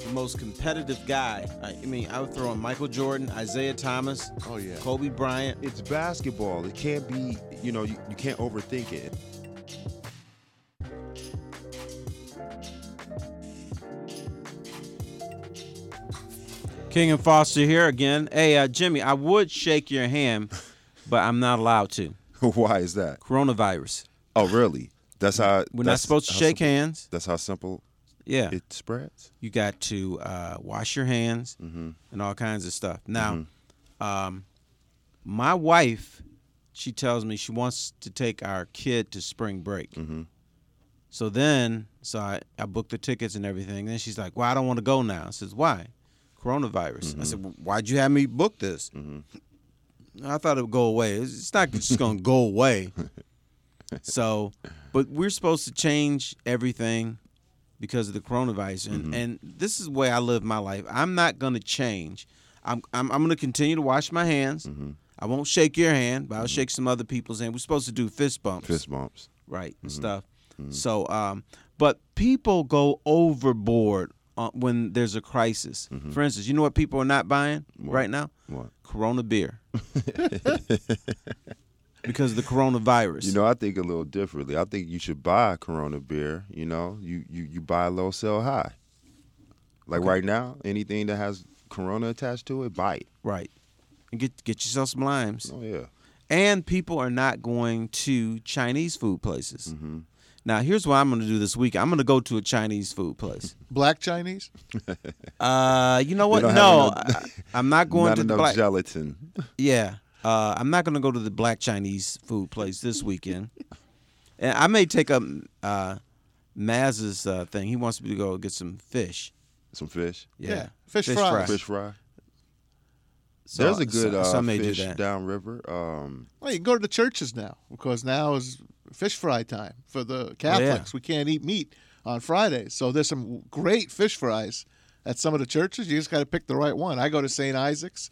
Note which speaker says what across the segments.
Speaker 1: the most competitive guy. I, I mean, I would throw in Michael Jordan, Isaiah Thomas,
Speaker 2: Oh, yeah.
Speaker 1: Kobe Bryant.
Speaker 2: It's basketball. It can't be, you know, you, you can't overthink it.
Speaker 1: King and Foster here again. Hey, uh, Jimmy, I would shake your hand, but I'm not allowed to.
Speaker 2: Why is that?
Speaker 1: Coronavirus.
Speaker 2: Oh, really? That's how.
Speaker 1: We're not
Speaker 2: that's
Speaker 1: supposed to
Speaker 2: how
Speaker 1: shake
Speaker 2: simple-
Speaker 1: hands.
Speaker 2: That's how simple
Speaker 1: Yeah.
Speaker 2: it spreads.
Speaker 1: you got to uh, wash your hands
Speaker 2: Mm-hmm.
Speaker 1: and all kinds of stuff. Now, um, my wife, she tells me she wants to take our kid to spring break. So then, so I, I booked the tickets and everything. Then she's like, "Well, I don't want to go now." I says, "Why? Coronavirus." I said, well, "Why'd you have me book this?" I thought it would go away. It's it's not just going to go away. So, but we're supposed to change everything because of the coronavirus, and, and this is the way I live my life. I'm not going to change. I'm I'm, I'm going to continue to wash my hands. I won't shake your hand, but I'll shake some other people's hand. We're supposed to do fist bumps,
Speaker 2: Fist bumps.
Speaker 1: right, and
Speaker 2: Mm-hmm.
Speaker 1: stuff. So, um, but people go overboard uh, when there's a crisis. For instance, you know what people are not buying right now?
Speaker 2: Mm-hmm. What?
Speaker 1: Corona beer. because of the coronavirus.
Speaker 2: You know, I think a little differently. I think you should buy Corona beer. You know, you you you buy low, sell high. Like right now, anything that has Corona attached to it, buy it.
Speaker 1: right. And get get yourself some limes.
Speaker 2: Oh yeah.
Speaker 1: And people are not going to Chinese food places.
Speaker 2: Mm-hmm.
Speaker 1: Now, here's what I'm going to do this week. I'm going to go to a Chinese food place.
Speaker 3: Black Chinese?
Speaker 1: Uh, you know what?
Speaker 2: don't have
Speaker 1: No,
Speaker 2: enough-
Speaker 1: I, am not going
Speaker 2: Not
Speaker 1: to the
Speaker 2: enough
Speaker 1: black.
Speaker 2: gelatin.
Speaker 1: Yeah. Uh, I'm not going to go to the black Chinese food place this weekend. and I may take up uh, Maz's uh, thing. He wants me to go get some fish.
Speaker 2: Some fish.
Speaker 1: Yeah.
Speaker 3: Yeah, fish fries.
Speaker 2: Fish fry.
Speaker 1: So-
Speaker 2: There's a good
Speaker 1: so-
Speaker 2: uh,
Speaker 1: so I may do
Speaker 2: fish
Speaker 1: that.
Speaker 2: downriver. Um,
Speaker 3: Well, you can go to the churches now because now is fish fry time for the Catholics. We can't eat meat on Fridays, so there's some great fish fries at some of the churches. You just got to pick the right one. I go to St. Isaac's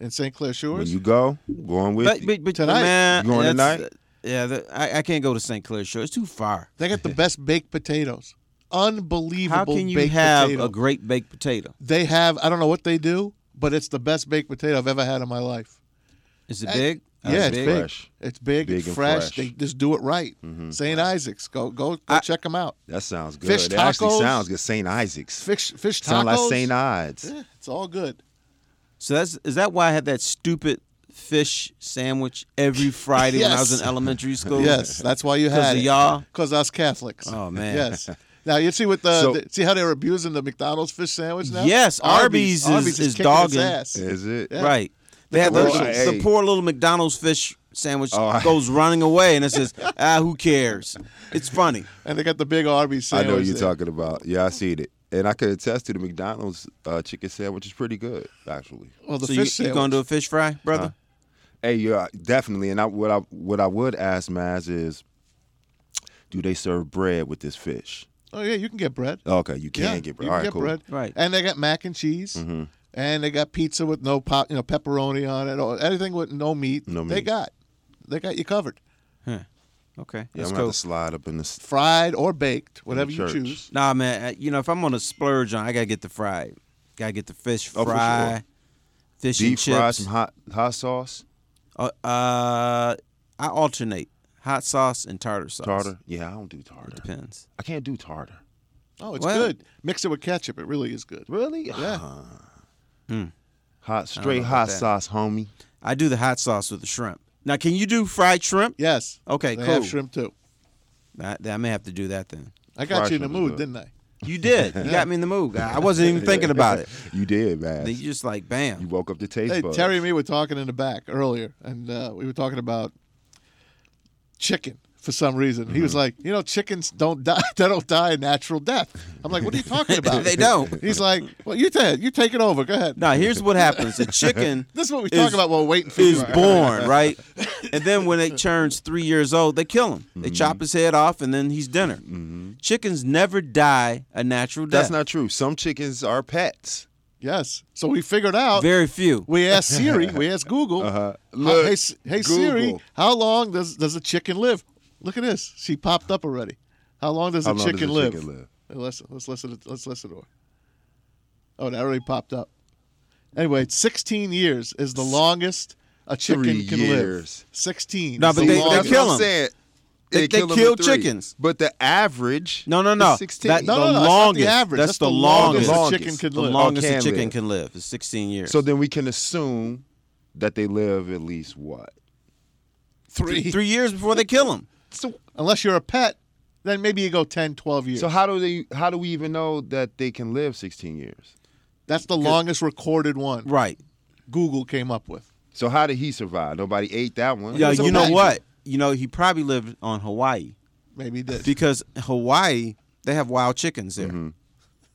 Speaker 3: in St. Clair
Speaker 2: when
Speaker 3: Shores.
Speaker 2: you go, going with
Speaker 1: But,
Speaker 2: you.
Speaker 1: but, but
Speaker 3: Tonight.
Speaker 1: man,
Speaker 2: You going
Speaker 1: that's-
Speaker 2: tonight?
Speaker 1: Yeah, the, I, I can't go to St. Clair Shore. It's too far.
Speaker 3: they got the best baked potatoes. Unbelievable
Speaker 1: How can you
Speaker 3: baked
Speaker 1: have
Speaker 3: potato.
Speaker 1: a great baked potato?
Speaker 3: they have I don't know what they do, but it's the best baked potato I've ever had in my life.
Speaker 1: Is it
Speaker 3: I-
Speaker 1: big? Uh,
Speaker 3: yeah, it's big.
Speaker 2: fresh.
Speaker 3: It's big,
Speaker 2: Big
Speaker 3: it's
Speaker 2: and
Speaker 3: fresh.
Speaker 2: fresh.
Speaker 3: They just do it right. St. Isaac's, go go, go
Speaker 1: I-
Speaker 3: check them out.
Speaker 2: that sounds good.
Speaker 3: Fish
Speaker 2: it actually
Speaker 3: tacos.
Speaker 2: sounds good. St. Isaac's.
Speaker 3: Fish fish tacos.
Speaker 2: Sound like St. Ides.
Speaker 3: Yeah, it's all good.
Speaker 1: So that's is that why I had that stupid fish sandwich every Friday when I was
Speaker 3: Yes.
Speaker 1: in elementary school?
Speaker 3: Yes, that's why you
Speaker 1: 'Cause
Speaker 3: had
Speaker 1: of
Speaker 3: it.
Speaker 1: y'all?
Speaker 3: Because us Catholics.
Speaker 1: Oh, man.
Speaker 3: Yes. Now you see what the,
Speaker 2: So-
Speaker 3: the- see how they were abusing the McDonald's fish sandwich now.
Speaker 1: Yes, Arby's is- is
Speaker 3: kicking its
Speaker 1: dogging.
Speaker 3: ass.
Speaker 2: Is it?
Speaker 1: Right. They had the,
Speaker 2: commercials.
Speaker 1: the
Speaker 2: Hey.
Speaker 1: poor little McDonald's fish sandwich
Speaker 2: Oh, I-
Speaker 1: goes running away, and it says, "Ah, who cares?" It's funny.
Speaker 3: And they got the big Arby's
Speaker 2: I
Speaker 3: sandwich.
Speaker 2: know what you're
Speaker 3: there.
Speaker 2: talking about. Yeah, I see it. And I could attest to the McDonald's uh, chicken sandwich is pretty good, actually.
Speaker 3: Well, the
Speaker 1: so
Speaker 3: fish
Speaker 1: you, you
Speaker 3: sandwich.
Speaker 1: gonna do a fish fry, brother?
Speaker 2: Hey, yeah, definitely. And I, what I what I would ask Maz is, do they serve bread with this fish?
Speaker 3: oh yeah, you can get bread.
Speaker 2: Okay, you can
Speaker 3: yeah,
Speaker 2: get bread.
Speaker 3: You
Speaker 2: All
Speaker 3: can
Speaker 2: right,
Speaker 3: get
Speaker 2: cool. Mm-hmm.
Speaker 3: bread.
Speaker 1: Right.
Speaker 3: And they got mac and cheese. And they got pizza with no pop, you know, pepperoni on it, or anything with no meat.
Speaker 2: No
Speaker 3: They
Speaker 2: meat.
Speaker 3: got, they got you covered,
Speaker 1: Okay,
Speaker 2: Yeah,
Speaker 1: that's
Speaker 2: I'm gonna
Speaker 1: cool.
Speaker 2: have to slide up in this.
Speaker 3: fried or baked, whatever you
Speaker 2: church.
Speaker 3: choose.
Speaker 1: Nah, man. uh, You know, if I'm gonna splurge on, I gotta get the fried. Gotta get the fish
Speaker 2: Oh, for
Speaker 1: fry,
Speaker 2: sure.
Speaker 1: fish and
Speaker 2: Deep
Speaker 1: chips.
Speaker 2: fry some hot hot sauce,
Speaker 1: Uh, uh, I alternate hot sauce and tartar sauce.
Speaker 2: tartar. Yeah, I don't do tartar.
Speaker 1: depends.
Speaker 2: I can't do tartar.
Speaker 3: Oh, it's
Speaker 1: Well- Ah.
Speaker 3: good. Mix it with ketchup. It really is good.
Speaker 2: Really? Yeah.
Speaker 1: Hmm.
Speaker 2: Hot
Speaker 1: know
Speaker 2: straight
Speaker 1: about
Speaker 2: hot
Speaker 1: that.
Speaker 2: sauce, homie.
Speaker 1: I do the hot sauce with the shrimp. Now, can you do fried shrimp?
Speaker 3: Yes.
Speaker 1: Okay,
Speaker 3: they
Speaker 1: cool.
Speaker 3: have shrimp too.
Speaker 1: I, I may have to do that then.
Speaker 3: I got
Speaker 2: Fried
Speaker 3: you in the
Speaker 2: shrimp is
Speaker 3: mood,
Speaker 2: good.
Speaker 3: didn't I?
Speaker 1: You did. You got me in the mood. I I wasn't even thinking about it.
Speaker 2: You did, man.
Speaker 1: Then you just like,
Speaker 2: You
Speaker 1: bam.
Speaker 2: woke up the taste
Speaker 3: Hey,
Speaker 2: buds.
Speaker 3: Terry and me were talking in the back earlier, and uh, we were talking about chicken for some reason. He was like, "You know, chickens don't die. They don't die a natural death." I'm like, "What are you talking about?"
Speaker 1: They don't.
Speaker 3: He's like, "Well, you take you take it over. Go ahead."
Speaker 1: Now, here's what happens: the chicken
Speaker 3: This is what we
Speaker 1: is-
Speaker 3: talk about while waiting for
Speaker 1: is
Speaker 3: you.
Speaker 1: born, right? And then when it turns three years old, they kill him. They
Speaker 2: Mm-hmm.
Speaker 1: chop his head off, and then he's dinner. Chickens never die a natural death.
Speaker 2: That's not true. Some chickens are pets.
Speaker 3: Yes. So we figured out.
Speaker 1: very few.
Speaker 3: we asked Siri. We asked Google.
Speaker 2: Uh-huh.
Speaker 3: how-
Speaker 2: Look,
Speaker 3: hey, S- hey Siri,
Speaker 2: Google.
Speaker 3: how long does does a chicken live? Look at this. She popped up already. How long does,
Speaker 2: How
Speaker 3: a,
Speaker 2: long
Speaker 3: chicken
Speaker 2: does a chicken live?
Speaker 3: Let's let's listen. To, let's listen to her. Oh, that already popped up. Anyway, 16 years is the longest a chicken
Speaker 2: Three
Speaker 3: can
Speaker 2: years.
Speaker 3: live. 16.
Speaker 1: No,
Speaker 3: is
Speaker 1: but they-
Speaker 3: the
Speaker 1: they
Speaker 2: That's
Speaker 3: longest.
Speaker 2: what
Speaker 1: kill
Speaker 2: I'm
Speaker 1: 'em.
Speaker 2: saying.
Speaker 1: They- they
Speaker 2: kill 'em
Speaker 1: kill
Speaker 2: at three.
Speaker 1: chickens.
Speaker 2: But the average.
Speaker 1: No, no, no.
Speaker 2: Is 16.
Speaker 1: That-
Speaker 3: No,
Speaker 1: the
Speaker 3: no, no, that's not the
Speaker 1: longest.
Speaker 3: average.
Speaker 1: That's,
Speaker 3: That's
Speaker 1: the,
Speaker 3: the
Speaker 1: longest.
Speaker 3: longest a
Speaker 2: Longest.
Speaker 3: chicken could
Speaker 1: The
Speaker 3: live.
Speaker 1: longest
Speaker 2: Can
Speaker 1: a chicken
Speaker 2: live.
Speaker 1: can live is 16 years.
Speaker 2: So then we can assume that they live at least what?
Speaker 3: Three.
Speaker 1: three years before they kill them.
Speaker 2: So
Speaker 3: Unless you're a pet, then maybe you go 10, 12 years.
Speaker 2: so how do they? How do we even know that they can live 16 years?
Speaker 3: that's the longest recorded one
Speaker 1: Right.
Speaker 3: Google came up with.
Speaker 2: So how did he survive? Nobody ate that one.
Speaker 1: Yeah,
Speaker 3: was a
Speaker 1: you know
Speaker 3: pet.
Speaker 1: what? You know, he probably lived on Hawaii
Speaker 3: Maybe it did.
Speaker 1: because Hawaii, they have wild chickens there.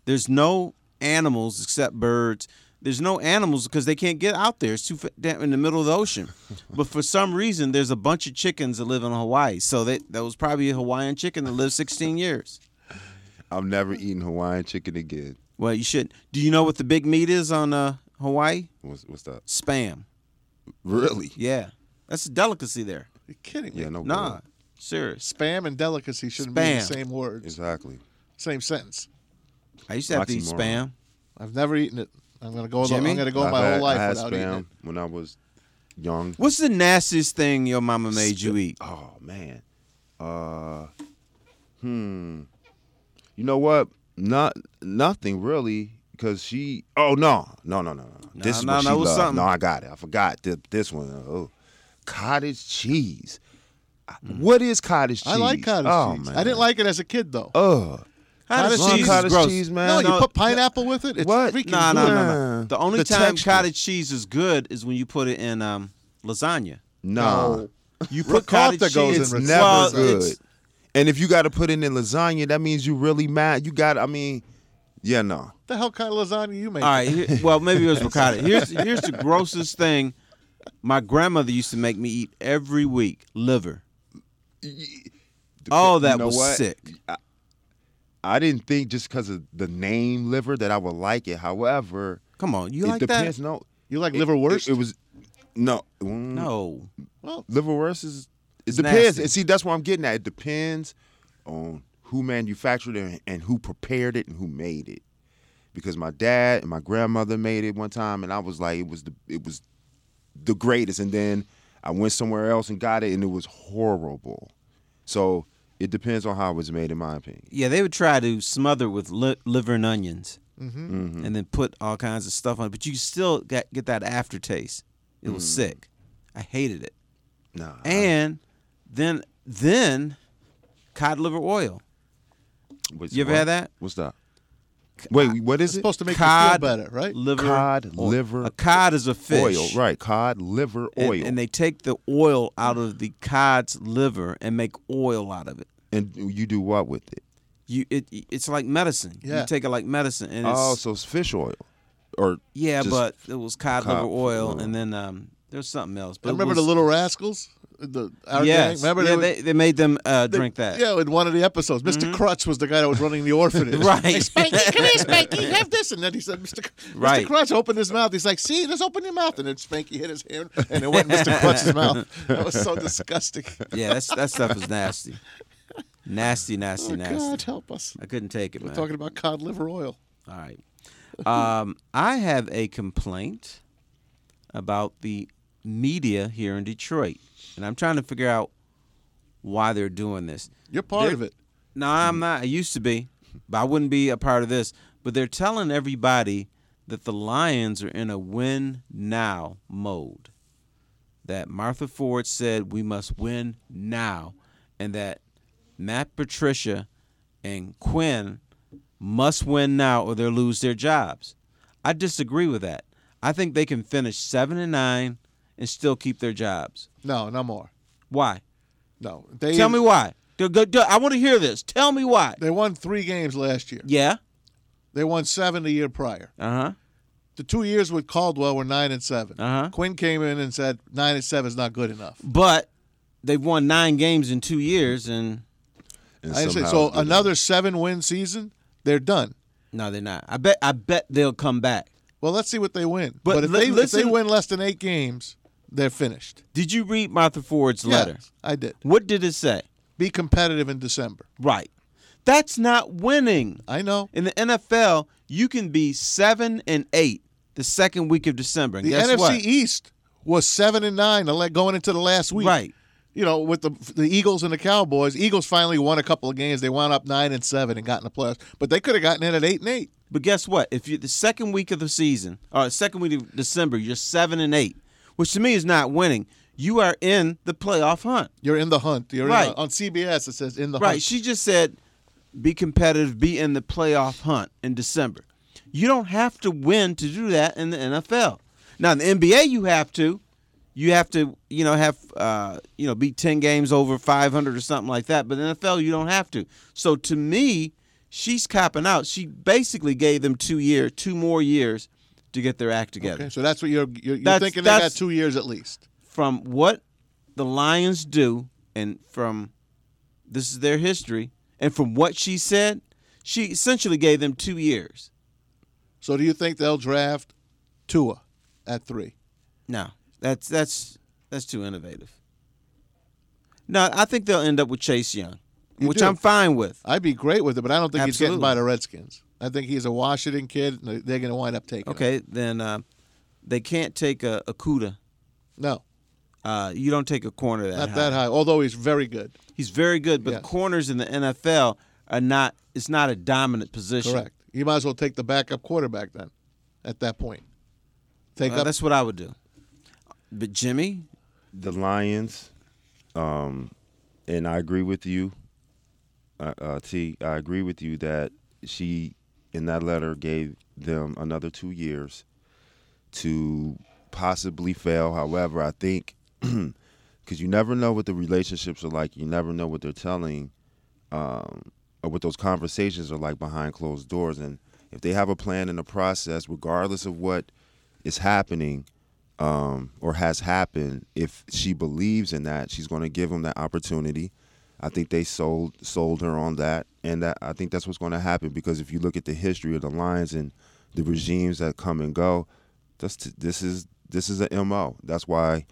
Speaker 1: There's no animals except birds. There's no animals because they can't get out there. It's too fa- damn in the middle of the ocean. But for some reason, there's a bunch of chickens that live in Hawaii. So that that was probably a Hawaiian chicken that lived 16 years.
Speaker 2: I'm never eating Hawaiian chicken again.
Speaker 1: Well, you should. Do you know what the big meat is on uh, Hawaii?
Speaker 2: What's, what's that?
Speaker 1: Spam.
Speaker 2: Really?
Speaker 1: Yeah, that's a delicacy there.
Speaker 3: You're kidding me.
Speaker 2: Yeah. No.
Speaker 1: Nah,
Speaker 2: good.
Speaker 1: serious.
Speaker 3: Spam and delicacy shouldn't be the
Speaker 1: Spam.
Speaker 3: same words,
Speaker 2: Exactly.
Speaker 3: same sentence.
Speaker 1: I used to have to eat
Speaker 2: Oxymoron.
Speaker 1: spam.
Speaker 3: I've never eaten it. I'm gonna go.
Speaker 1: Jimmy?
Speaker 3: I'm gonna go
Speaker 2: I've
Speaker 3: my
Speaker 2: had-
Speaker 3: whole life
Speaker 2: I had
Speaker 3: without
Speaker 2: spam
Speaker 3: eating
Speaker 2: when I was young.
Speaker 1: What's the nastiest thing your mama made you eat?
Speaker 2: Oh man. Uh hmm. You know what? Not nothing really cuz she Oh no. No, no, no. no. this is
Speaker 1: no,
Speaker 2: what
Speaker 1: no,
Speaker 2: she
Speaker 1: it was
Speaker 2: loved.
Speaker 1: something.
Speaker 2: No, I got it. I forgot th- this one. Oh. Cottage cheese. I- What is cottage
Speaker 3: it.
Speaker 2: cheese?
Speaker 3: I like cottage
Speaker 2: oh,
Speaker 3: cheese.
Speaker 2: Man.
Speaker 3: I didn't like it as a kid though.
Speaker 2: Oh.
Speaker 1: Cottage
Speaker 2: Long
Speaker 1: cheese
Speaker 2: cottage
Speaker 1: is gross.
Speaker 2: cheese,
Speaker 3: no,
Speaker 2: man.
Speaker 3: you put pineapple with it. It's
Speaker 2: What?
Speaker 3: freaking
Speaker 1: Nah, nah,
Speaker 3: good.
Speaker 1: nah, nah.
Speaker 2: Yeah.
Speaker 1: The only
Speaker 2: The
Speaker 1: time
Speaker 2: texture.
Speaker 1: cottage cheese is good is when you put it in um, lasagna.
Speaker 2: Nah.
Speaker 3: No.
Speaker 1: You put
Speaker 3: Ricotta
Speaker 1: cottage
Speaker 3: goes
Speaker 1: cheese.
Speaker 2: It's
Speaker 3: in
Speaker 1: Well,
Speaker 3: Ricotta.
Speaker 2: never good.
Speaker 1: it's-
Speaker 2: and if you got to put it in lasagna, that means you really mad. You got. I mean, yeah, no.
Speaker 3: What the hell kind of lasagna you make?
Speaker 1: all right. here- well, maybe it was ricotta. Here's here's the grossest thing. My grandmother used to make me eat every week liver. Oh, that
Speaker 2: You know
Speaker 1: was
Speaker 2: what?
Speaker 1: sick.
Speaker 2: I didn't think just because of the name liver that I would like it. However,
Speaker 1: Come on, you
Speaker 2: it
Speaker 1: like
Speaker 2: depends.
Speaker 1: that?
Speaker 2: No,
Speaker 3: You like
Speaker 2: It-
Speaker 3: liverwurst?
Speaker 2: It, it was no, Mm,
Speaker 1: No.
Speaker 3: well,
Speaker 2: Liverwurst is it
Speaker 1: It's
Speaker 2: depends.
Speaker 1: nasty.
Speaker 2: And see, that's what I'm getting at. It depends on who manufactured it and who prepared it and who made it. Because my dad and my grandmother made it one time, and I was like, it was the it was the greatest. And then I went somewhere else and got it, and it was horrible. So it depends on how it was made, in my opinion.
Speaker 1: Yeah, they would try to smother with li- liver and onions, and then put all kinds of stuff on it. But you still got get that aftertaste. It was sick. I hated it.
Speaker 2: Nah,
Speaker 1: And then then cod liver oil.
Speaker 2: what's-
Speaker 1: You ever
Speaker 2: what?
Speaker 1: had that?
Speaker 2: What's that? Wait, what
Speaker 3: it's
Speaker 2: is it?
Speaker 3: supposed to make
Speaker 1: cod
Speaker 3: you feel better, right?
Speaker 1: Liver
Speaker 2: Cod
Speaker 1: oil.
Speaker 2: liver
Speaker 1: A cod is a fish.
Speaker 2: oil, right? Cod liver
Speaker 1: And,
Speaker 2: oil.
Speaker 1: and they take the oil out of the cod's liver and make oil out of it.
Speaker 2: and you do what with it?
Speaker 1: You it it's like medicine.
Speaker 3: Yeah.
Speaker 1: You take it like medicine and it's
Speaker 2: Oh, so it's fish oil, or
Speaker 1: Yeah,
Speaker 2: just-
Speaker 1: but it was cod,
Speaker 2: cod
Speaker 1: liver oil,
Speaker 2: oil.
Speaker 1: and then um, there was something else. But
Speaker 3: I
Speaker 1: it
Speaker 3: remember
Speaker 1: was,
Speaker 3: the Little Rascals. The our
Speaker 1: yes,
Speaker 3: gang. Remember
Speaker 1: yeah,
Speaker 3: would-
Speaker 1: they, they made them uh,
Speaker 3: they-
Speaker 1: drink that.
Speaker 3: Yeah, in one of the episodes, mister Crutch was the guy that was running the orphanage.
Speaker 1: Right.
Speaker 3: Hey, Spanky, come here, Spanky, have this. And then he said, Mr. Cr-
Speaker 1: Right.
Speaker 3: Mr. Crutch opened his mouth. He's like, see, just open your mouth. And then Spanky hit his hand, and it went in Mr. Crutch's mouth. That was so disgusting.
Speaker 1: Yeah, that's, that stuff is nasty, nasty, nasty,
Speaker 3: Oh,
Speaker 1: nasty.
Speaker 3: God, help us.
Speaker 1: I couldn't take it,
Speaker 3: We're
Speaker 1: man.
Speaker 3: talking about cod liver oil.
Speaker 1: All right, um, I have a complaint about the media here in Detroit, and I'm trying to figure out why they're doing this.
Speaker 3: You're part
Speaker 1: They're-
Speaker 3: of it.
Speaker 1: No, I'm not. I used to be, but I wouldn't be a part of this. But they're telling everybody that the Lions are in a win now mode. That Martha Ford said we must win now, and that Matt Patricia and Quinn must win now or they'll lose their jobs. I disagree with that. I think they can finish seven and nine and still keep their jobs.
Speaker 3: No, no more.
Speaker 1: Why?
Speaker 3: No. They,
Speaker 1: Tell me why. Go- go- go- I want to hear this. Tell me why.
Speaker 3: They won three games last year.
Speaker 1: Yeah.
Speaker 3: They won seven the year prior.
Speaker 1: Uh huh.
Speaker 3: The two years with Caldwell were nine and 7
Speaker 1: Uh-huh.
Speaker 3: Quinn came in and said nine and seven is not good enough.
Speaker 1: But they've won nine games in two years, and
Speaker 2: and
Speaker 3: I said,
Speaker 2: somehow
Speaker 3: so
Speaker 2: it's good.
Speaker 3: another seven win season, they're done.
Speaker 1: no, they're not. I bet. I bet they'll come back.
Speaker 3: Well, let's see what they win.
Speaker 1: But
Speaker 3: But, if,
Speaker 1: li-
Speaker 3: they, if
Speaker 1: listen-
Speaker 3: they win less than eight games, they're finished.
Speaker 1: Did you read Martha Ford's letter?
Speaker 3: Yes, I did.
Speaker 1: What did it say?
Speaker 3: Be competitive in December.
Speaker 1: Right. That's not winning
Speaker 3: I know.
Speaker 1: in the NFL. You can be seven and eight the second week of December. And
Speaker 3: The
Speaker 1: guess
Speaker 3: NFC
Speaker 1: what?
Speaker 3: East was seven and nine the la- going into the last week.
Speaker 1: Right.
Speaker 3: You know, with the the Eagles and the Cowboys, Eagles finally won a couple of games. They wound up nine and seven and got in the playoffs, but they could have gotten in at eight and eight.
Speaker 1: But guess what? If you the second week of the season, or the second week of December, you're seven and eight, which to me is not winning. You are in the playoff hunt.
Speaker 3: You're in the hunt. You're in
Speaker 1: Right.
Speaker 3: the- on CBS. It says in the
Speaker 1: Right.
Speaker 3: hunt.
Speaker 1: She just said, be competitive, be in the playoff hunt in December. You don't have to win to do that in the NFL. Now, in the NBA, you have to. You have to, you know, have, uh, you know, beat 10 games over 500 or something like that. But in the NFL, you don't have to. So to me, she's copping out. She basically gave them two year, two more years to get their act together.
Speaker 3: Okay, so that's what you're you're, you're
Speaker 1: That's-
Speaker 3: thinking. They got
Speaker 1: that's-
Speaker 3: two years at least.
Speaker 1: from what the Lions do and from this is their history and from what she said, she essentially gave them two years.
Speaker 3: So do you think they'll draft Tua at three?
Speaker 1: No, that's that's that's too innovative. No, I think they'll end up with Chase Young,
Speaker 3: You
Speaker 1: which
Speaker 3: do.
Speaker 1: I'm fine with.
Speaker 3: I'd be great with it, but I don't think he's getting
Speaker 1: Absolutely.
Speaker 3: by the Redskins. I think he's a Washington kid. And they're going to wind up taking. him.
Speaker 1: Okay, then uh, they can't take a, a Cuda.
Speaker 3: No,
Speaker 1: Uh, you don't take a corner that
Speaker 3: not
Speaker 1: high.
Speaker 3: that high. Although he's very good.
Speaker 1: He's very good, but
Speaker 3: Yes.
Speaker 1: corners in the NFL are not. It's not a dominant position.
Speaker 3: Correct. You might as well take the backup quarterback then. At that point, take
Speaker 1: Uh,
Speaker 3: up.
Speaker 1: that's what I would do. But Jimmy,
Speaker 2: the Lions, um, and I agree with you, uh, uh, T. I agree with you that she, in that letter, gave them another two years to possibly fail. However, I think because you never know what the relationships are like, you never know what they're telling, um, or what those conversations are like behind closed doors. And if they have a plan and a process, regardless of what is happening, um, or has happened, if she believes in that, she's going to give him that opportunity. I think they sold sold her on that, and that I think that's what's going to happen because if you look at the history of the Lions and the regimes that come and go, that's t- this is this is a mo. That's why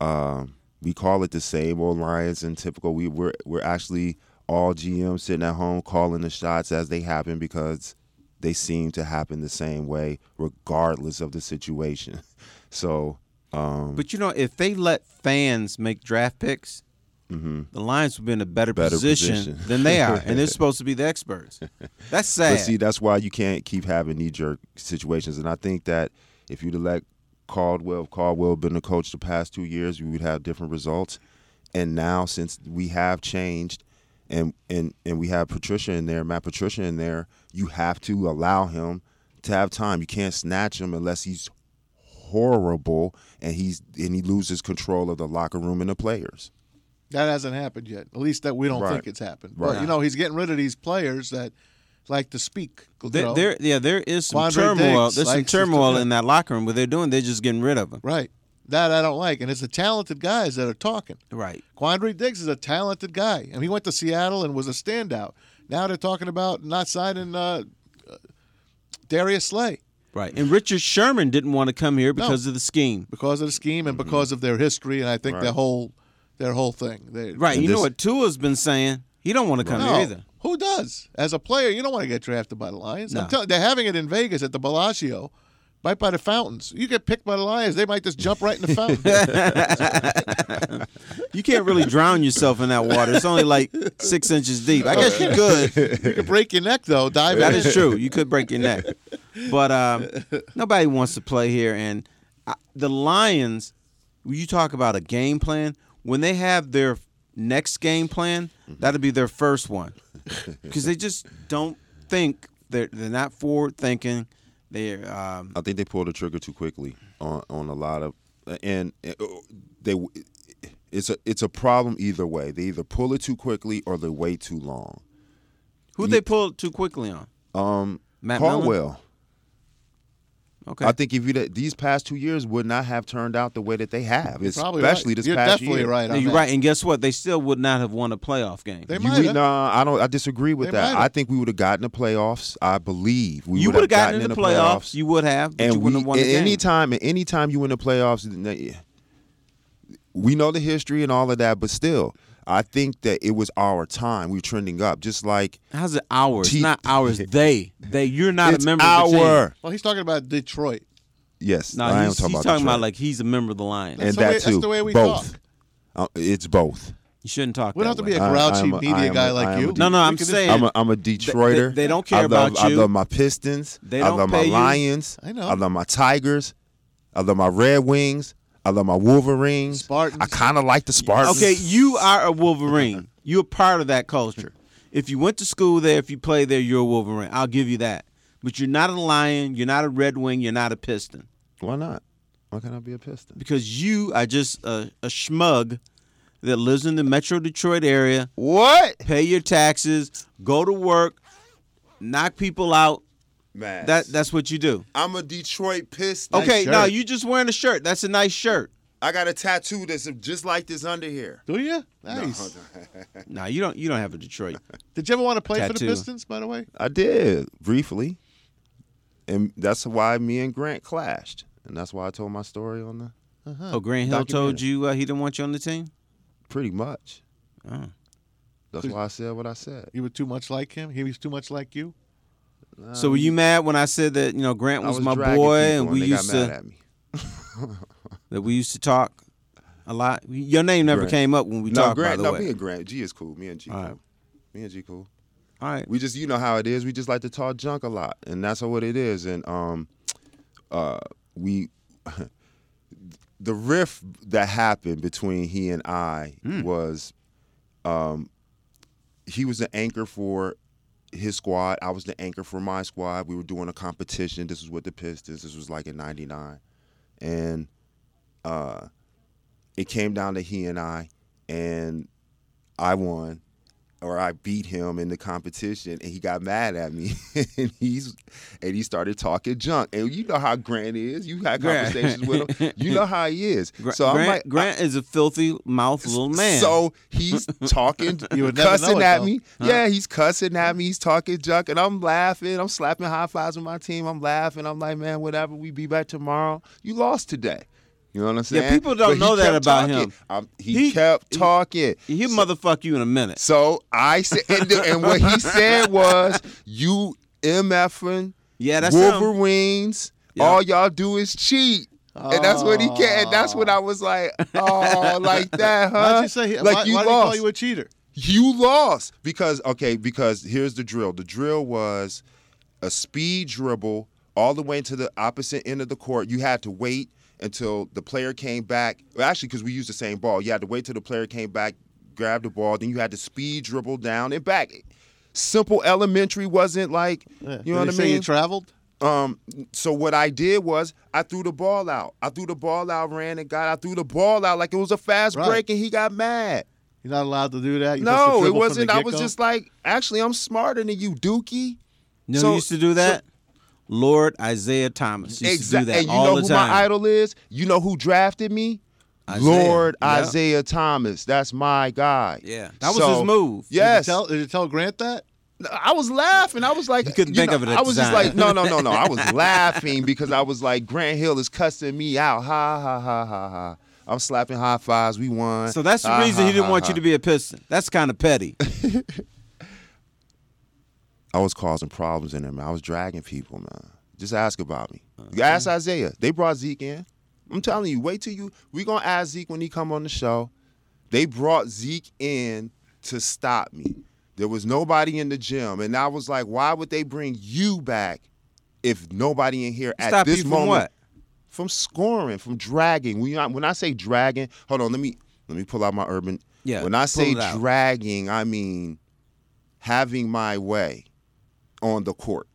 Speaker 2: um, we call it the same old Lions and typical. We we're we're actually all GMs sitting at home calling the shots as they happen because they seem to happen the same way regardless of the situation. So um,
Speaker 1: But you know, if they let fans make draft picks, the Lions would be in a better,
Speaker 2: Mm-hmm. Better
Speaker 1: position,
Speaker 2: position.
Speaker 1: than they are, and they're supposed to be the experts. That's sad.
Speaker 2: But see, that's why you can't keep having knee jerk situations. And I think that if you'd have let Caldwell, if Caldwell had been the coach the past two years, we would have different results. And now, since we have changed, and and and we have Patricia in there, Matt Patricia in there, you have to allow him to have time. You can't snatch him unless he's horrible and he's and he loses control of the locker room and the players.
Speaker 3: That hasn't happened yet. At least that we don't
Speaker 2: Right.
Speaker 3: think it's happened. But
Speaker 2: Right.
Speaker 3: you know, he's getting rid of these players that like to speak. you
Speaker 1: there,
Speaker 3: know.
Speaker 1: there, yeah, there is some
Speaker 3: Quandre
Speaker 1: turmoil.
Speaker 3: Diggs
Speaker 1: There's some
Speaker 3: likes to-
Speaker 1: turmoil in that locker room. What they're doing, they're just getting rid of them.
Speaker 3: Right. That I don't like. And it's the talented guys that are talking.
Speaker 1: Right.
Speaker 3: Quandre Diggs is a talented guy, and he went to Seattle and was a standout. Now they're talking about not signing uh, uh, Darius Slay
Speaker 1: Right. And Richard Sherman didn't want to come here because of the scheme.
Speaker 3: because of the scheme and because of their history, and I think
Speaker 2: Mm-hmm.
Speaker 3: their
Speaker 2: Right.
Speaker 3: whole their whole thing. They,
Speaker 1: Right.
Speaker 2: And
Speaker 1: you know
Speaker 2: this-
Speaker 1: what Tua's been saying? He don't want to come
Speaker 3: No,
Speaker 1: here either.
Speaker 3: who does? As a player, you don't want to get drafted by the Lions. I'm
Speaker 1: No.
Speaker 3: telling, they're having it in Vegas at the Bellagio, right by the fountains. You get picked by the Lions, they might just jump right in the fountain.
Speaker 1: You can't really drown yourself in that water. It's only like six inches deep. I guess you could.
Speaker 3: you could break your neck though. Dive
Speaker 1: That
Speaker 3: in.
Speaker 1: is true. You could break your neck, but um, nobody wants to play here. And I, the Lions, when you talk about a game plan, when they have their next game plan,
Speaker 2: Mm-hmm.
Speaker 1: that'll be their first one, because they just don't think they're they're not forward thinking. They're um,
Speaker 2: I think they pulled the trigger too quickly on on a lot of and uh, they it's a it's a problem either way. They either pull it too quickly or they wait too long.
Speaker 1: who they pull too quickly on.
Speaker 2: Um
Speaker 1: Matt Millen?
Speaker 2: Caldwell.
Speaker 1: Okay,
Speaker 2: I think if you these past 2 years would not have turned out the way that they have,
Speaker 3: Probably
Speaker 2: especially
Speaker 3: right.
Speaker 2: this
Speaker 3: You're
Speaker 2: past
Speaker 3: definitely
Speaker 2: year.
Speaker 3: right. on
Speaker 1: you're
Speaker 3: that.
Speaker 1: right. And guess what? They still would not have won a playoff game.
Speaker 3: They
Speaker 2: You
Speaker 3: might
Speaker 2: would,
Speaker 3: have.
Speaker 2: nah, I don't. I disagree with
Speaker 3: They
Speaker 2: that.
Speaker 3: might've.
Speaker 2: I think we would have gotten the playoffs. I believe we
Speaker 1: you
Speaker 2: would have
Speaker 1: gotten in the playoffs. You would have, but
Speaker 2: and
Speaker 1: you
Speaker 2: we,
Speaker 1: wouldn't have won the
Speaker 2: and
Speaker 1: game.
Speaker 2: anytime, and anytime you win the playoffs, n- we know the history and all of that. But still, I think that it was our time. We were trending up, just like
Speaker 1: How's it ours?
Speaker 2: Teeth.
Speaker 1: Not ours. They. They. You're not
Speaker 2: it's
Speaker 1: a member of the team.
Speaker 2: our.
Speaker 3: Well, he's talking about Detroit.
Speaker 2: Yes,
Speaker 1: No,
Speaker 2: I am
Speaker 1: he's,
Speaker 2: talking
Speaker 1: he's
Speaker 2: about
Speaker 1: talking
Speaker 2: Detroit.
Speaker 1: about like he's a member of the Lions.
Speaker 2: and
Speaker 3: That's the way-
Speaker 2: that
Speaker 3: that's
Speaker 2: too.
Speaker 3: the way we
Speaker 2: both.
Speaker 3: talk.
Speaker 2: Uh, it's both.
Speaker 1: you shouldn't talk.
Speaker 3: We don't have
Speaker 1: that
Speaker 3: to be
Speaker 1: way.
Speaker 3: a
Speaker 2: I-
Speaker 3: grouchy
Speaker 2: I'm a- I
Speaker 3: media
Speaker 2: am
Speaker 3: guy
Speaker 2: a- I
Speaker 3: like
Speaker 2: am
Speaker 3: you.
Speaker 2: a-
Speaker 1: No, no,
Speaker 3: We
Speaker 1: I'm
Speaker 3: can just-
Speaker 1: saying-
Speaker 2: I'm a, I'm a Detroiter.
Speaker 1: they don't care
Speaker 2: I love,
Speaker 1: about you.
Speaker 2: I love my Pistons.
Speaker 1: They
Speaker 2: I
Speaker 1: don't
Speaker 2: love
Speaker 1: pay
Speaker 2: my
Speaker 1: you.
Speaker 2: Lions.
Speaker 3: I know.
Speaker 2: I love my Tigers. I love my Red Wings. I love my Wolverines.
Speaker 3: Spartans.
Speaker 2: I kind of like the Spartans.
Speaker 1: Okay, you are a Wolverine. You're part of that culture. If you went to school there, if you play there, you're a Wolverine. I'll give you that. But you're not a Lion. You're not a Red Wing. You're not a Piston
Speaker 2: Why not? Why can't I be a Piston?
Speaker 1: because you are just a, a schmug that lives in the Metro Detroit area.
Speaker 2: What?
Speaker 1: Pay your taxes. Go to work. Knock people out.
Speaker 2: Man,
Speaker 1: That that's what you do.
Speaker 2: I'm a Detroit Piston.
Speaker 1: Okay, no,
Speaker 3: shirt.
Speaker 1: you just wearing a shirt. That's a nice shirt.
Speaker 2: I got a tattoo that's just like this under here.
Speaker 3: Do you? Nice.
Speaker 1: No, you don't. You don't have a Detroit.
Speaker 3: Did you ever want to play for
Speaker 1: Tattoo.
Speaker 3: the Pistons, by the way?
Speaker 2: I did briefly, and that's why me and Grant clashed, and that's why I told my story on the
Speaker 1: Oh, Grant Hill told
Speaker 2: Documentary.
Speaker 1: you uh, he didn't want you on the team.
Speaker 2: pretty much.
Speaker 1: Oh.
Speaker 2: That's why I said what I said.
Speaker 3: You were too much like him. He was too much like you.
Speaker 1: so were you mad when I said that you know Grant
Speaker 2: Uh, I
Speaker 1: was,
Speaker 2: was
Speaker 1: my
Speaker 2: dragging
Speaker 1: boy
Speaker 2: people
Speaker 1: and we
Speaker 2: they
Speaker 1: used
Speaker 2: got mad
Speaker 1: to
Speaker 2: at me.
Speaker 1: that we used to talk a lot? Your name never
Speaker 2: Grant.
Speaker 1: came up when we
Speaker 2: No,
Speaker 1: talked.
Speaker 2: Grant.
Speaker 1: by
Speaker 2: No,
Speaker 1: the
Speaker 2: me
Speaker 1: way,
Speaker 2: and Grant. G is cool. Me and G.
Speaker 1: All
Speaker 2: cool.
Speaker 1: right.
Speaker 2: Me and G cool.
Speaker 1: all right.
Speaker 2: We just, you know how it is. We just like to talk junk a lot, and that's what it is. And um, uh, we, the riff that happened between he and I was, um, he was the anchor for his squad. I was the anchor for my squad. We were doing a competition. This was with the Pistons. This was like in '99, and uh, it came down to he and I, and I won or I beat him in the competition, and he got mad at me, and he's and he started talking junk. And you know how Grant is. You had
Speaker 1: Grant.
Speaker 2: conversations with him. You know how he is.
Speaker 1: Gra-
Speaker 2: so I'm
Speaker 1: Grant,
Speaker 2: like, I-
Speaker 1: Grant is a filthy mouth little Oh, man.
Speaker 2: So he's talking,
Speaker 3: You would never know
Speaker 2: cussing
Speaker 3: it,
Speaker 2: at
Speaker 3: though.
Speaker 2: me. Yeah, he's cussing at me. He's talking junk, and I'm laughing. I'm slapping high fives with my team. I'm laughing. I'm like, man, whatever. We be back tomorrow. You lost today. You know what I'm saying?
Speaker 1: people don't
Speaker 2: he
Speaker 1: know that
Speaker 2: kept
Speaker 1: about
Speaker 2: talking.
Speaker 1: him.
Speaker 2: Um, he,
Speaker 1: He-
Speaker 2: kept
Speaker 1: he-
Speaker 2: talking.
Speaker 1: he'll motherfuck you in a minute.
Speaker 2: So I said, and, the- and what he said was, "You mfing
Speaker 1: Yeah, that's him.
Speaker 2: Wolverines.
Speaker 1: Yeah.
Speaker 2: All y'all do is cheat." And that's what he can. And that's what I was like, oh, like that, huh?
Speaker 3: Why'd you say? He,
Speaker 2: like
Speaker 3: why,
Speaker 2: you
Speaker 3: why did he
Speaker 2: lost.
Speaker 3: call you a cheater?
Speaker 2: You lost because okay, because here's the drill. The drill was a speed dribble all the way to the opposite end of the court. You had to wait until the player came back. Well, actually, because we used the same ball, you had to wait till the player came back, grab the ball, then you had to speed dribble down and back. Simple elementary wasn't like
Speaker 3: Yeah.
Speaker 2: you know what
Speaker 3: Did
Speaker 2: I
Speaker 3: he Say
Speaker 2: mean.
Speaker 3: you traveled.
Speaker 2: Um, so what I did was I threw the ball out. I threw the ball out, ran and got. I threw the ball out like it was a fast
Speaker 3: Right.
Speaker 2: break, and he got mad.
Speaker 3: You're not allowed to do that. You're supposed to
Speaker 2: No, it
Speaker 3: dribble from
Speaker 2: wasn't.
Speaker 3: the
Speaker 2: I was
Speaker 3: get-go?
Speaker 2: just like, actually, I'm smarter than you, Dookie.
Speaker 1: You know
Speaker 2: So-
Speaker 1: who used to do that? Lord Isaiah Thomas used
Speaker 2: Exact-
Speaker 1: to do that
Speaker 2: And you
Speaker 1: all
Speaker 2: know
Speaker 1: the
Speaker 2: who
Speaker 1: time.
Speaker 2: my idol is? You know who drafted me?
Speaker 1: Isaiah.
Speaker 2: Lord
Speaker 1: Yeah.
Speaker 2: Isaiah Thomas. That's my guy.
Speaker 1: Yeah, that was
Speaker 2: So-
Speaker 1: his move.
Speaker 3: Did you
Speaker 2: Yes,
Speaker 3: tell, did you tell Grant that?
Speaker 2: I was laughing. I was like,
Speaker 1: You couldn't think
Speaker 2: know,
Speaker 1: of it at
Speaker 2: I
Speaker 1: the
Speaker 2: was just
Speaker 1: time.
Speaker 2: like, no, no, no, no. I was laughing because I was like, Grant Hill is cussing me out. Ha ha ha ha ha. I'm slapping high fives. We won.
Speaker 1: So that's the
Speaker 2: Ha,
Speaker 1: reason
Speaker 2: ha,
Speaker 1: he didn't
Speaker 2: ha,
Speaker 1: want
Speaker 2: ha.
Speaker 1: you to be a Piston. That's kind of petty.
Speaker 2: I was causing problems in there, man. I was dragging people, man. Just ask about me.
Speaker 1: Uh,
Speaker 2: You ask Isaiah. They brought Zeke in. I'm telling you, wait till you. We gonna ask Zeke when he come on the show. They brought Zeke in to stop me. There was nobody in the gym, and I was like, why would they bring you back if nobody in here at
Speaker 1: Stop
Speaker 2: this
Speaker 1: you from
Speaker 2: moment?
Speaker 1: what?
Speaker 2: From scoring, from dragging. When I, when I say dragging, hold on, let me let me pull out my urban.
Speaker 1: Yeah,
Speaker 2: When I say
Speaker 1: pull it out.
Speaker 2: dragging, I mean having my way on the court.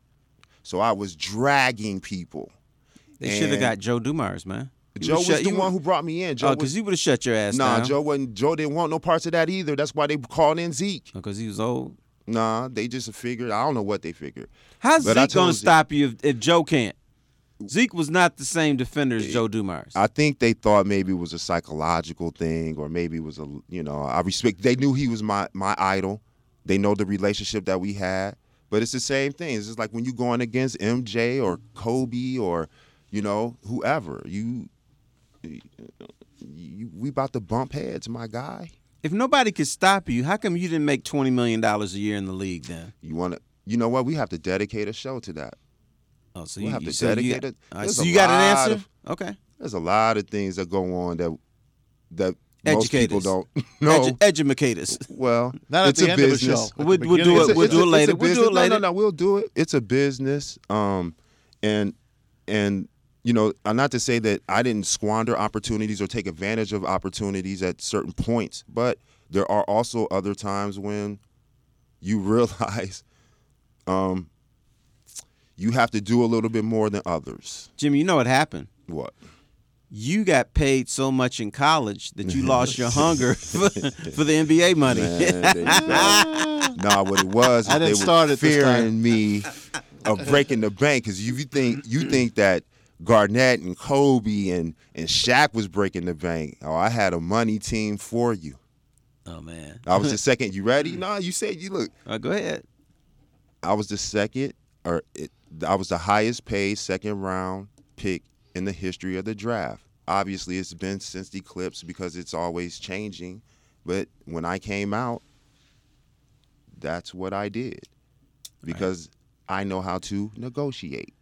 Speaker 2: So I was dragging people.
Speaker 1: They should have
Speaker 2: And-
Speaker 1: got Joe Dumars, man. He
Speaker 2: Joe
Speaker 1: would've
Speaker 2: was
Speaker 1: shut-
Speaker 2: the
Speaker 1: he
Speaker 2: one who
Speaker 1: would've-
Speaker 2: brought me in. Joe
Speaker 1: Oh, because
Speaker 2: was,
Speaker 1: you would have shut your ass
Speaker 2: nah,
Speaker 1: down.
Speaker 2: Joe wasn't. Joe didn't want no parts of that either. That's why they called in Zeke.
Speaker 1: Because Oh, he was old.
Speaker 2: Nah, they just figured. I don't know what they figured.
Speaker 1: How's
Speaker 2: But I
Speaker 1: Zeke going to
Speaker 2: told Zeke-
Speaker 1: stop you if, if Joe can't? Zeke was not the same defender as Joe Dumars.
Speaker 2: I think they thought maybe it was a psychological thing, or maybe it was a you know. I respect. They knew he was my my idol. They know the relationship that we had. But it's the same thing. It's just like when you going against MJ or Kobe or you know whoever you, you we about to bump heads, my guy.
Speaker 1: If nobody could stop you, how come you didn't make twenty million dollars a year in the league then?
Speaker 2: You want to? You know what? We have to dedicate a show to that.
Speaker 1: Oh, so
Speaker 2: We
Speaker 1: you
Speaker 2: have to
Speaker 1: so you
Speaker 2: dedicate
Speaker 1: got-
Speaker 2: it.
Speaker 1: all right,
Speaker 2: There's
Speaker 1: so
Speaker 2: a
Speaker 1: you got an
Speaker 2: lot
Speaker 1: answer?
Speaker 2: of-
Speaker 1: okay.
Speaker 2: There's a lot of things that go on that that most people
Speaker 1: Educators.
Speaker 2: don't know.
Speaker 1: Edu- educators.
Speaker 2: well,
Speaker 3: Not at
Speaker 2: it's
Speaker 3: the
Speaker 2: a
Speaker 3: end of a
Speaker 2: business.
Speaker 3: show. At the
Speaker 1: We'll- we'll
Speaker 3: beginning
Speaker 1: do
Speaker 3: of
Speaker 1: it-
Speaker 3: the
Speaker 1: we'll
Speaker 3: show.
Speaker 1: do it later.
Speaker 2: a business.
Speaker 1: do it
Speaker 2: No,
Speaker 1: later.
Speaker 2: no, no. We'll do it. It's a business. Um, and and you know, uh, not to say that I didn't squander opportunities or take advantage of opportunities at certain points, but there are also other times when you realize um, you have to do a little bit more than others.
Speaker 1: Jimmy, you know what happened?
Speaker 2: What?
Speaker 1: You got paid so much in college that you lost your hunger for, for the NBA money.
Speaker 2: Man, there you go. nah, what it was, is
Speaker 3: I didn't
Speaker 2: they
Speaker 3: start
Speaker 2: were
Speaker 3: it this
Speaker 2: fearing
Speaker 3: time.
Speaker 2: me of breaking the bank because you, you think you think that Garnett and Kobe and and Shaq was breaking the bank. Oh, I had a money team for you.
Speaker 1: oh man.
Speaker 2: I was the second. You ready? Nah, you said you look.
Speaker 1: Uh, go ahead.
Speaker 2: I was the second, or it, I was the highest paid second round pick in the history of the draft. Obviously, it's been since the Clips because it's always changing. But when I came out, that's what I did because I know how to negotiate.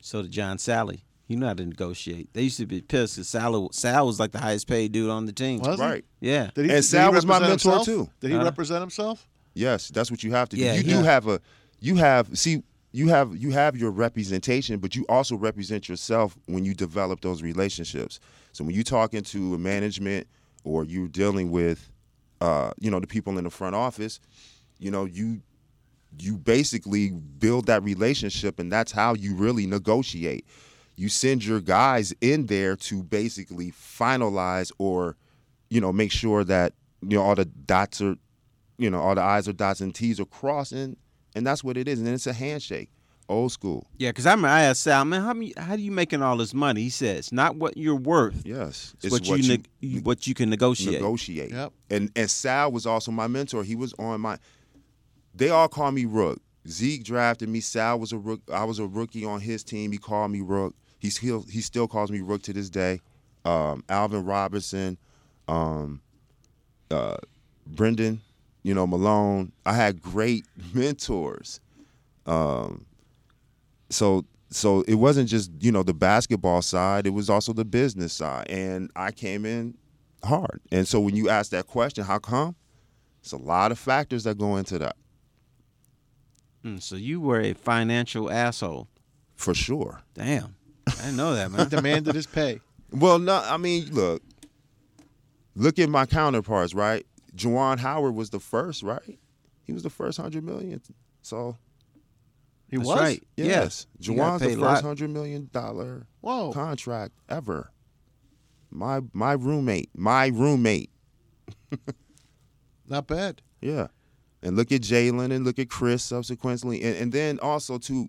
Speaker 1: So did John Sally. He knew how to negotiate. They used to be pissed because Sal, Sal was like the highest paid dude on the team.
Speaker 3: Was he?
Speaker 2: Right.
Speaker 1: Yeah.
Speaker 3: Did
Speaker 2: And
Speaker 3: he, did he
Speaker 2: Sal was my
Speaker 3: represent
Speaker 2: mentor,
Speaker 3: himself?
Speaker 2: too.
Speaker 3: Did he
Speaker 1: Huh?
Speaker 3: represent himself?
Speaker 2: Yes, that's what you have to do.
Speaker 1: Yeah,
Speaker 2: you
Speaker 1: yeah.
Speaker 2: do have a you have see you have you have your representation, but you also represent yourself when you develop those relationships. So when you talking to a management or you're dealing with uh, you know, the people in the front office, you know, you you basically build that relationship and that's how you really negotiate. You send your guys in there to basically finalize or, you know, make sure that, you know, all the dots are you know, all the I's are dots and T's are crossed, and, and that's what it is. And it's a handshake, old school.
Speaker 1: Yeah, because I remember I asked Sal, man, how, mu- how do you making all this money? He said, it's not what you're worth.
Speaker 2: Yes,
Speaker 1: It's, what, you, neg what you can negotiate.
Speaker 2: negotiate.
Speaker 3: Yep.
Speaker 2: And and Sal was also my mentor. He was on my. They all call me Rook. Zeke drafted me. Sal was a rook. I was a rookie on his team. He called me Rook. He still he still calls me Rook to this day. Um, Alvin Robinson, um, uh, Brendan, you know Malone. I had great mentors. Um, so so it wasn't just you know the basketball side it was also the business side and i came in hard and so when you ask that question how come it's a lot of factors that go into that
Speaker 1: Mm, so you were a financial asshole.
Speaker 2: for sure
Speaker 1: Damn. I didn't know that, man.
Speaker 3: Demanded his pay.
Speaker 2: well no i mean look look at my counterparts right Juwan howard was the first right he was the first hundred million so
Speaker 3: He
Speaker 1: That's
Speaker 3: was.
Speaker 1: right. Yeah.
Speaker 2: yes
Speaker 1: You got
Speaker 2: Juwan's the
Speaker 1: paid
Speaker 2: first
Speaker 1: a lot. Oh.
Speaker 2: hundred million dollar
Speaker 3: Whoa.
Speaker 2: contract ever my my roommate my roommate
Speaker 3: Not bad.
Speaker 2: Yeah. And look at Jalen and look at Chris subsequently. And, and then also, too,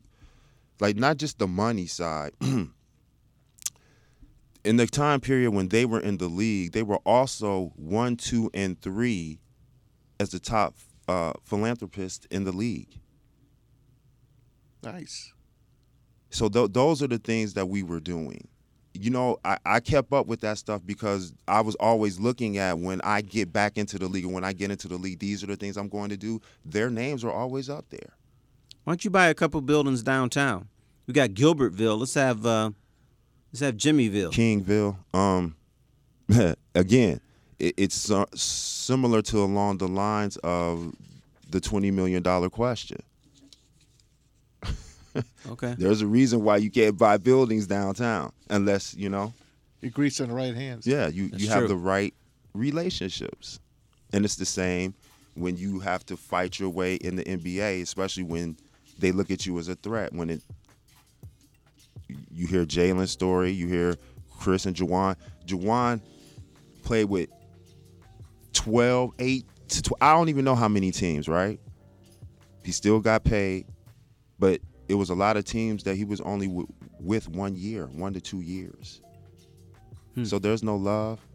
Speaker 2: like not just the money side. in the time period when they were in the league, they were also one, two, and three as the top uh, philanthropists in the league.
Speaker 3: Nice.
Speaker 2: So th- those are the things that we were doing. You know, I-, I kept up with that stuff because I was always looking at when I get back into the league and when I get into the league, these are the things I'm going to do. Their names are always up there.
Speaker 1: Why don't you buy a couple buildings downtown? We got Gilbertville. Let's have uh, let's have Jimmyville.
Speaker 2: Kingville. Um, again, it, it's uh, similar to along the lines of the twenty million dollar question.
Speaker 1: Okay.
Speaker 2: There's a reason why you can't buy buildings downtown unless you know.
Speaker 3: He greased on the right hands.
Speaker 2: Yeah, you
Speaker 1: That's
Speaker 2: you have
Speaker 1: true.
Speaker 2: the right relationships, and it's the same when you have to fight your way in the NBA, especially when they look at you as a threat. When it you hear Jalen's story, you hear Chris and Jawan. Jawan played with 12, 8, to 12, I don't even know how many teams, right? He still got paid, but it was a lot of teams that he was only w- with one year, one to two years.
Speaker 1: Hmm.
Speaker 2: So there's no love.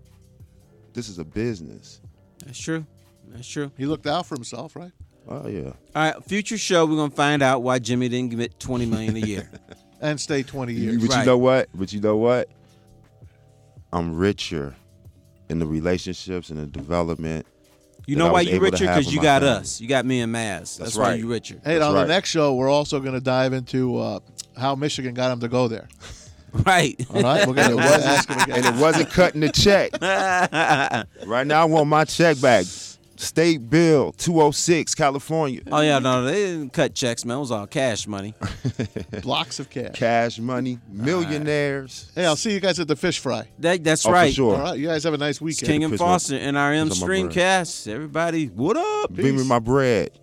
Speaker 2: This is a business.
Speaker 1: That's true. That's true.
Speaker 3: He looked out for himself, right?
Speaker 2: Oh yeah.
Speaker 1: All right, future show we're gonna find out why Jimmy didn't get twenty million a year.
Speaker 3: And stay 20
Speaker 2: You-
Speaker 3: years.
Speaker 2: But
Speaker 1: Right.
Speaker 2: you know what? But you know what? I'm richer in the relationships and the development.
Speaker 1: You
Speaker 2: that I
Speaker 1: know why
Speaker 2: was
Speaker 1: you
Speaker 2: able to
Speaker 1: richer?
Speaker 2: have
Speaker 1: Because
Speaker 2: with
Speaker 1: you
Speaker 2: my
Speaker 1: got
Speaker 2: family.
Speaker 1: us. You got me and Maz. That's, why
Speaker 2: right.
Speaker 1: you richer.
Speaker 3: Hey, on
Speaker 2: right.
Speaker 3: the next show, we're also going to dive into uh, how Michigan got him to go there.
Speaker 1: Right.
Speaker 3: All right, we're going to ask him
Speaker 2: and
Speaker 3: again.
Speaker 2: it wasn't cutting the check. right now, I want my check back. State Bill 206, California.
Speaker 1: oh yeah, no, they didn't cut checks, man. It was all cash money.
Speaker 3: Blocks of cash.
Speaker 2: Cash money, millionaires.
Speaker 3: Hey, I'll see you guys at the fish fry.
Speaker 1: That, that's
Speaker 2: Oh, for
Speaker 1: right.
Speaker 2: sure.
Speaker 3: All right, you guys have a nice
Speaker 1: It's
Speaker 3: weekend.
Speaker 1: King and
Speaker 2: Christmas.
Speaker 1: Foster, NRM
Speaker 2: It's on my bread.
Speaker 1: Streamcast. Everybody, what up?
Speaker 2: Bring me my bread.